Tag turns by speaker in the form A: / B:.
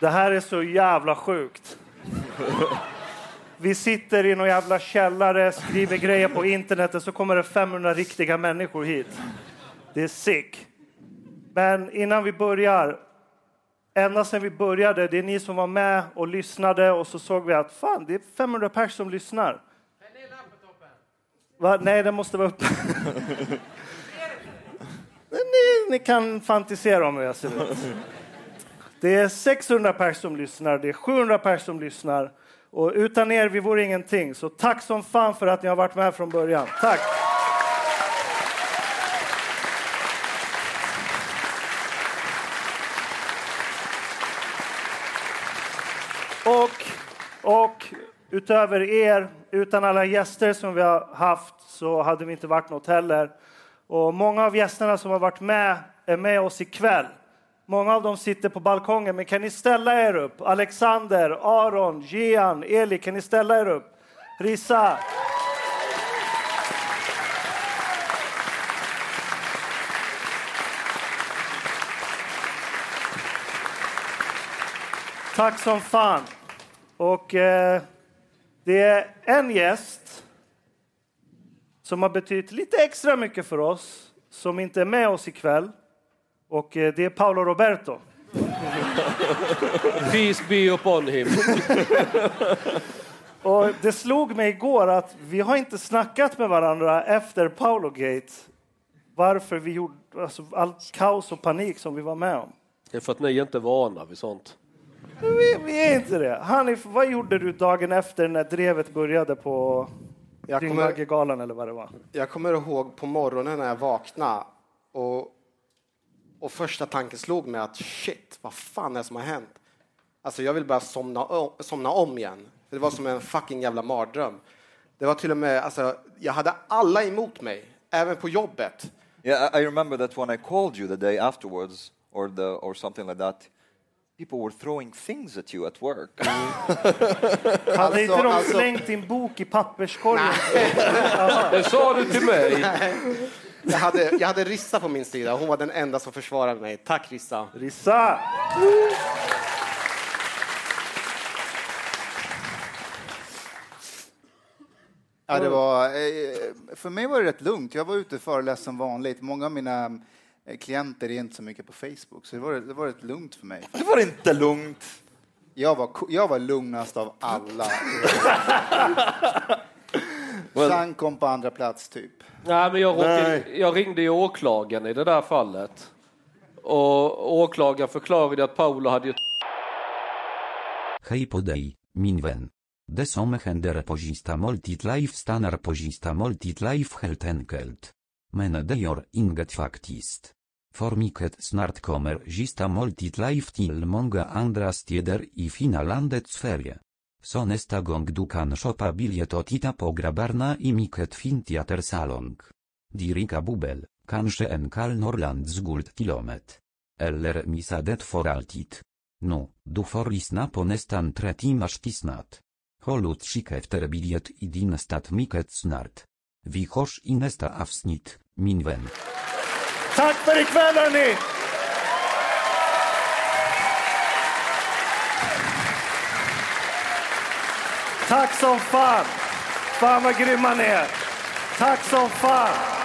A: Det här är så jävla sjukt. Vi sitter i någon jävla källare, skriver grejer på internet och så kommer det 500 riktiga människor hit. Det är sick. Men innan vi börjar, ända sedan vi började, det är ni som var med och lyssnade och så såg vi att fan, det är 500 pers som lyssnar. Va? Nej, den måste vara uppe. Men ni, ni kan fantisera om hur jag ser ut. Det är 600 pers som lyssnar, det är 700 pers som lyssnar. Och utan er, vi vore ingenting. Så tack som fan för att ni har varit med från början. Tack! Och, och utöver er, utan alla gäster som vi har haft så hade vi inte varit något heller. Och många av gästerna som har varit med är med oss ikväll. Många av dem sitter på balkongen, men kan ni ställa er upp? Alexander, Aron, Gian, Eli, kan ni ställa er upp? Rissa, Tack som fan. Och eh, det är en gäst som har betytt lite extra mycket för oss, som inte är med oss ikväll. Och eh, det är Paolo Roberto.
B: Peace be upon him.
A: Och det slog mig igår att vi har inte snackat med varandra efter Paolo Gate. Varför vi gjorde alltså, allt kaos och panik som vi var med om.
B: Det är för att ni är inte vana vid sånt.
A: Men Vi, vi är inte det. Hanif, vad gjorde du dagen efter när drevet började på
C: Jag kommer-
A: Dyngbaggegalan eller vad det var?
C: Jag kommer ihåg på morgonen när jag vaknade och, och första tanken slog mig att shit, vad fan är det som har hänt? Alltså jag vill bara somna, o- somna om igen. För Det var som en fucking jävla mardröm. Det var till och med, alltså, jag hade alla emot mig, även på jobbet.
D: Yeah, I, I remember that when I called you the day afterwards, or the or something like that, people were throwing things at you at work.
A: Hade inte de
C: alltså-
A: slängt din bok i papperskorgen?
B: Det sa du till mig.
C: Jag hade, jag hade Rissa på min sida, hon var den enda som försvarade mig. Tack Rissa.
A: Rissa!
E: Ja, det var, eh, för mig var det rätt lugnt. Jag var ute och föreläste som vanligt. Många av mina eh, klienter är inte så mycket på Facebook, så det var, det var rätt lugnt för mig.
D: det var inte lugnt.
E: Jag var, ko- jag var lugnast av alla. Chang kom på andra plats, typ.
B: Nej, men jag, råkade, jag ringde ju åklagaren i det där fallet. Och åklagaren förklarade att Paolo hade ju
F: Hej podej, minwen. Desom hender pozista multit life stanar pozista multit life heltenkelt. Men dejor inget factist. Formiket snart kommer zista multit life till monga andras tieder i finalandet sferie. Sonesta gong dukan shopa biliet otita pograbarna i miket fin theater salong. Dirika bubel, kanske en kal norland z guld kilomet. Eller misadet for altit. No, du forlisna ponestan tretimasz tisnat. Holut szikefter biliet i din stat miket snart. Wichosz inesta avsnit, minwen.
A: Tack för ikväll hörni! Tack som fan! Fan vad grymma ni är! Tack som fan!